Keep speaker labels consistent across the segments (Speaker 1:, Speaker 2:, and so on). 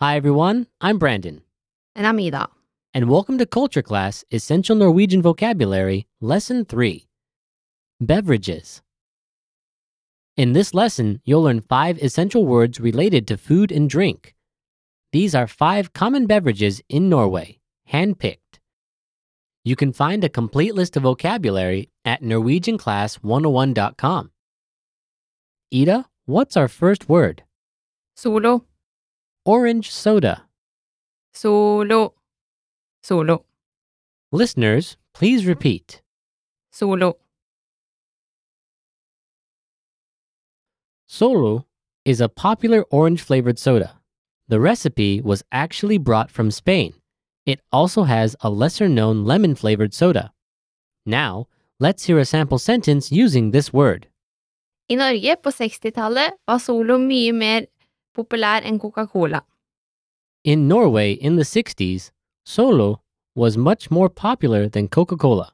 Speaker 1: Hi, everyone. I'm Brandon,
Speaker 2: And I'm Ida.
Speaker 1: and welcome to Culture Class Essential Norwegian Vocabulary, Lesson 3 Beverages. In this lesson, you'll learn five essential words related to food and drink. These are five common beverages in Norway, handpicked. You can find a complete list of vocabulary at NorwegianClass101.com. Ida, what's our first word?
Speaker 2: Solo,
Speaker 1: Orange soda.
Speaker 2: solo, solo,
Speaker 1: Listeners, please repeat.
Speaker 2: solo,
Speaker 1: Solo is a popular orange flavored soda. The recipe was actually brought from Spain. It also has a lesser known lemon flavored soda. Now, let's hear a sample sentence using this word.
Speaker 2: I Norge på 60-tallet var Solo mye mer populær enn Coca-Cola.
Speaker 1: In Norway in the 60s, Solo was much more popular than Coca Cola.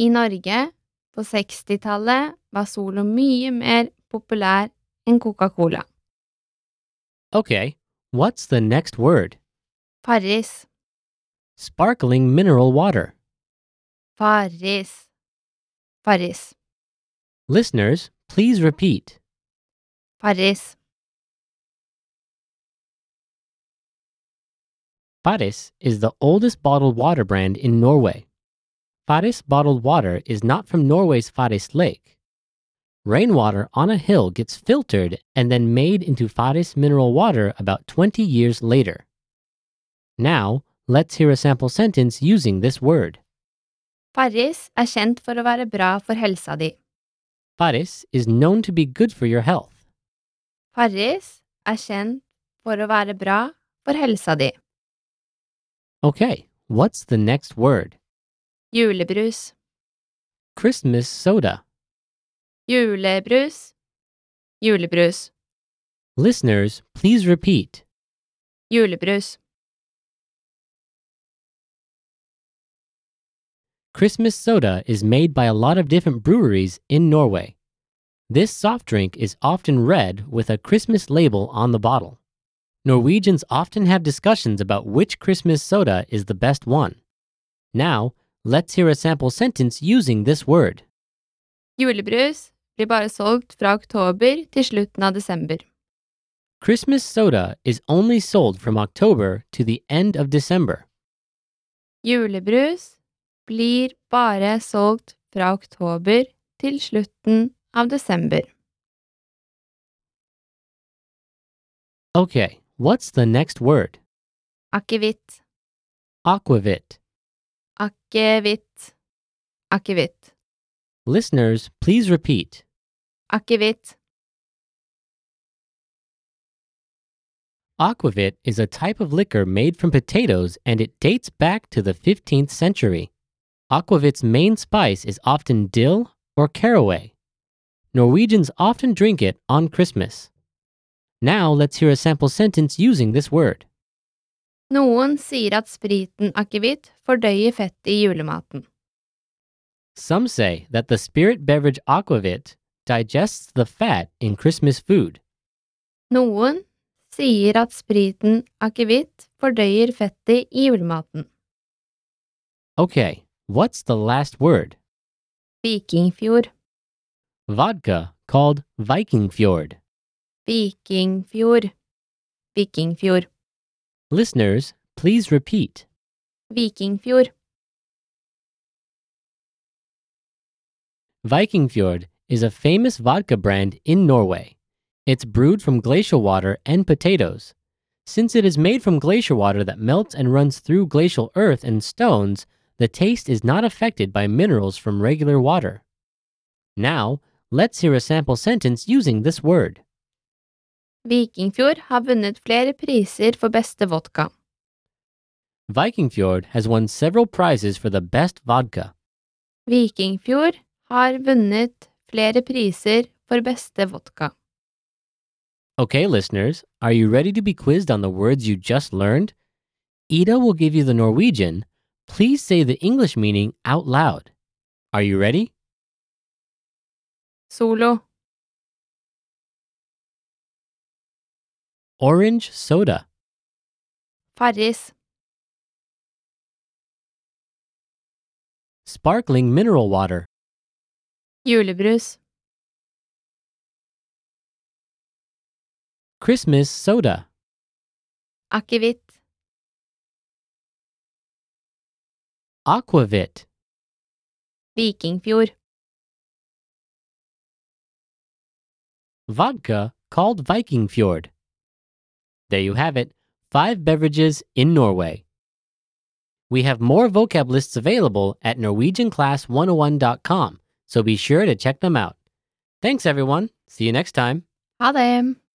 Speaker 2: I Norge på 60-tallet var Solo mye mer populær enn Coca-Cola.
Speaker 1: Okay, what's the next word?
Speaker 2: Farris,
Speaker 1: Sparkling mineral water.
Speaker 2: Farris, Farris,
Speaker 1: Listeners, please repeat.
Speaker 2: Farris,
Speaker 1: Faris is the oldest bottled water brand in Norway. Faris bottled water is not from Norway's Faris Lake. Rainwater on a hill gets filtered and then made into Faris mineral water about 20 years later. Now, let's hear a sample sentence using this word.
Speaker 2: Farris er kjent for å være bra for helsa di.
Speaker 1: Faris is known to be good for your health.
Speaker 2: Farris er kjent for å være bra for helsa di.
Speaker 1: Okay, what's the next word?
Speaker 2: Julebrus.
Speaker 1: Christmas soda.
Speaker 2: Julebrus. Julebrus.
Speaker 1: Listeners, please repeat.
Speaker 2: Julebrus.
Speaker 1: Christmas soda is made by a lot of different breweries in Norway. This soft drink is often red with a Christmas label on the bottle. Norwegians often have discussions about which Christmas soda is the best one. Now, let's hear a sample sentence using this word.
Speaker 2: Julebrus blir bare solgt fra oktober til slutten av desember.
Speaker 1: Christmas soda is only sold from October to the end of December.
Speaker 2: Julebrus blir bare solgt fra oktober til slutten av desember.
Speaker 1: Okay, what's the next word?
Speaker 2: Akevitt,
Speaker 1: Aquavit.
Speaker 2: akevitt, akevitt,
Speaker 1: Listeners, please repeat.
Speaker 2: akevitt.
Speaker 1: Aquavit is a type of liquor made from potatoes and it dates back to the 15th century. Aquavit's main spice is often dill or caraway. Norwegians often drink it on Christmas. Now let's hear a sample sentence using this word.
Speaker 2: Noen sier at spriten akevitt fordøyer fettet i julematen.
Speaker 1: Some say that the spirit beverage aquavit digests the fat in Christmas food.
Speaker 2: Noen sier at spriten akevitt fordøyer fettet i julematen.
Speaker 1: Okay, what's the last word?
Speaker 2: Vikingfjord,
Speaker 1: Vodka, called Viking Fjord.
Speaker 2: vikingfjord, vikingfjord,
Speaker 1: Listeners, please repeat.
Speaker 2: vikingfjord.
Speaker 1: Vikingfjord is a famous vodka brand in Norway. It's brewed from glacial water and potatoes. Since it is made from glacier water that melts and runs through glacial earth and stones, the taste is not affected by minerals from regular water. Now, let's hear a sample sentence using this word.
Speaker 2: Vikingfjord har vunnet flere priser for beste vodka.
Speaker 1: Vikingfjord has won several prizes for the best vodka.
Speaker 2: Vikingfjord har vunnet flere priser for beste vodka.
Speaker 1: Okay, listeners, are you ready to be quizzed on the words you just learned? Ida will give you the Norwegian. Please say the English meaning out loud. Are you ready?
Speaker 2: Solo,
Speaker 1: Orange soda.
Speaker 2: Farris.
Speaker 1: Sparkling mineral water.
Speaker 2: Julebrus.
Speaker 1: Christmas soda.
Speaker 2: Akevitt.
Speaker 1: Aquavit.
Speaker 2: Vikingfjord.
Speaker 1: Vodka called Viking Fjord. There you have it. Five beverages in Norway. We have more vocab lists available at norwegianclass101.com, so be sure to check them out. Thanks, everyone. See you next time.
Speaker 2: Ha det!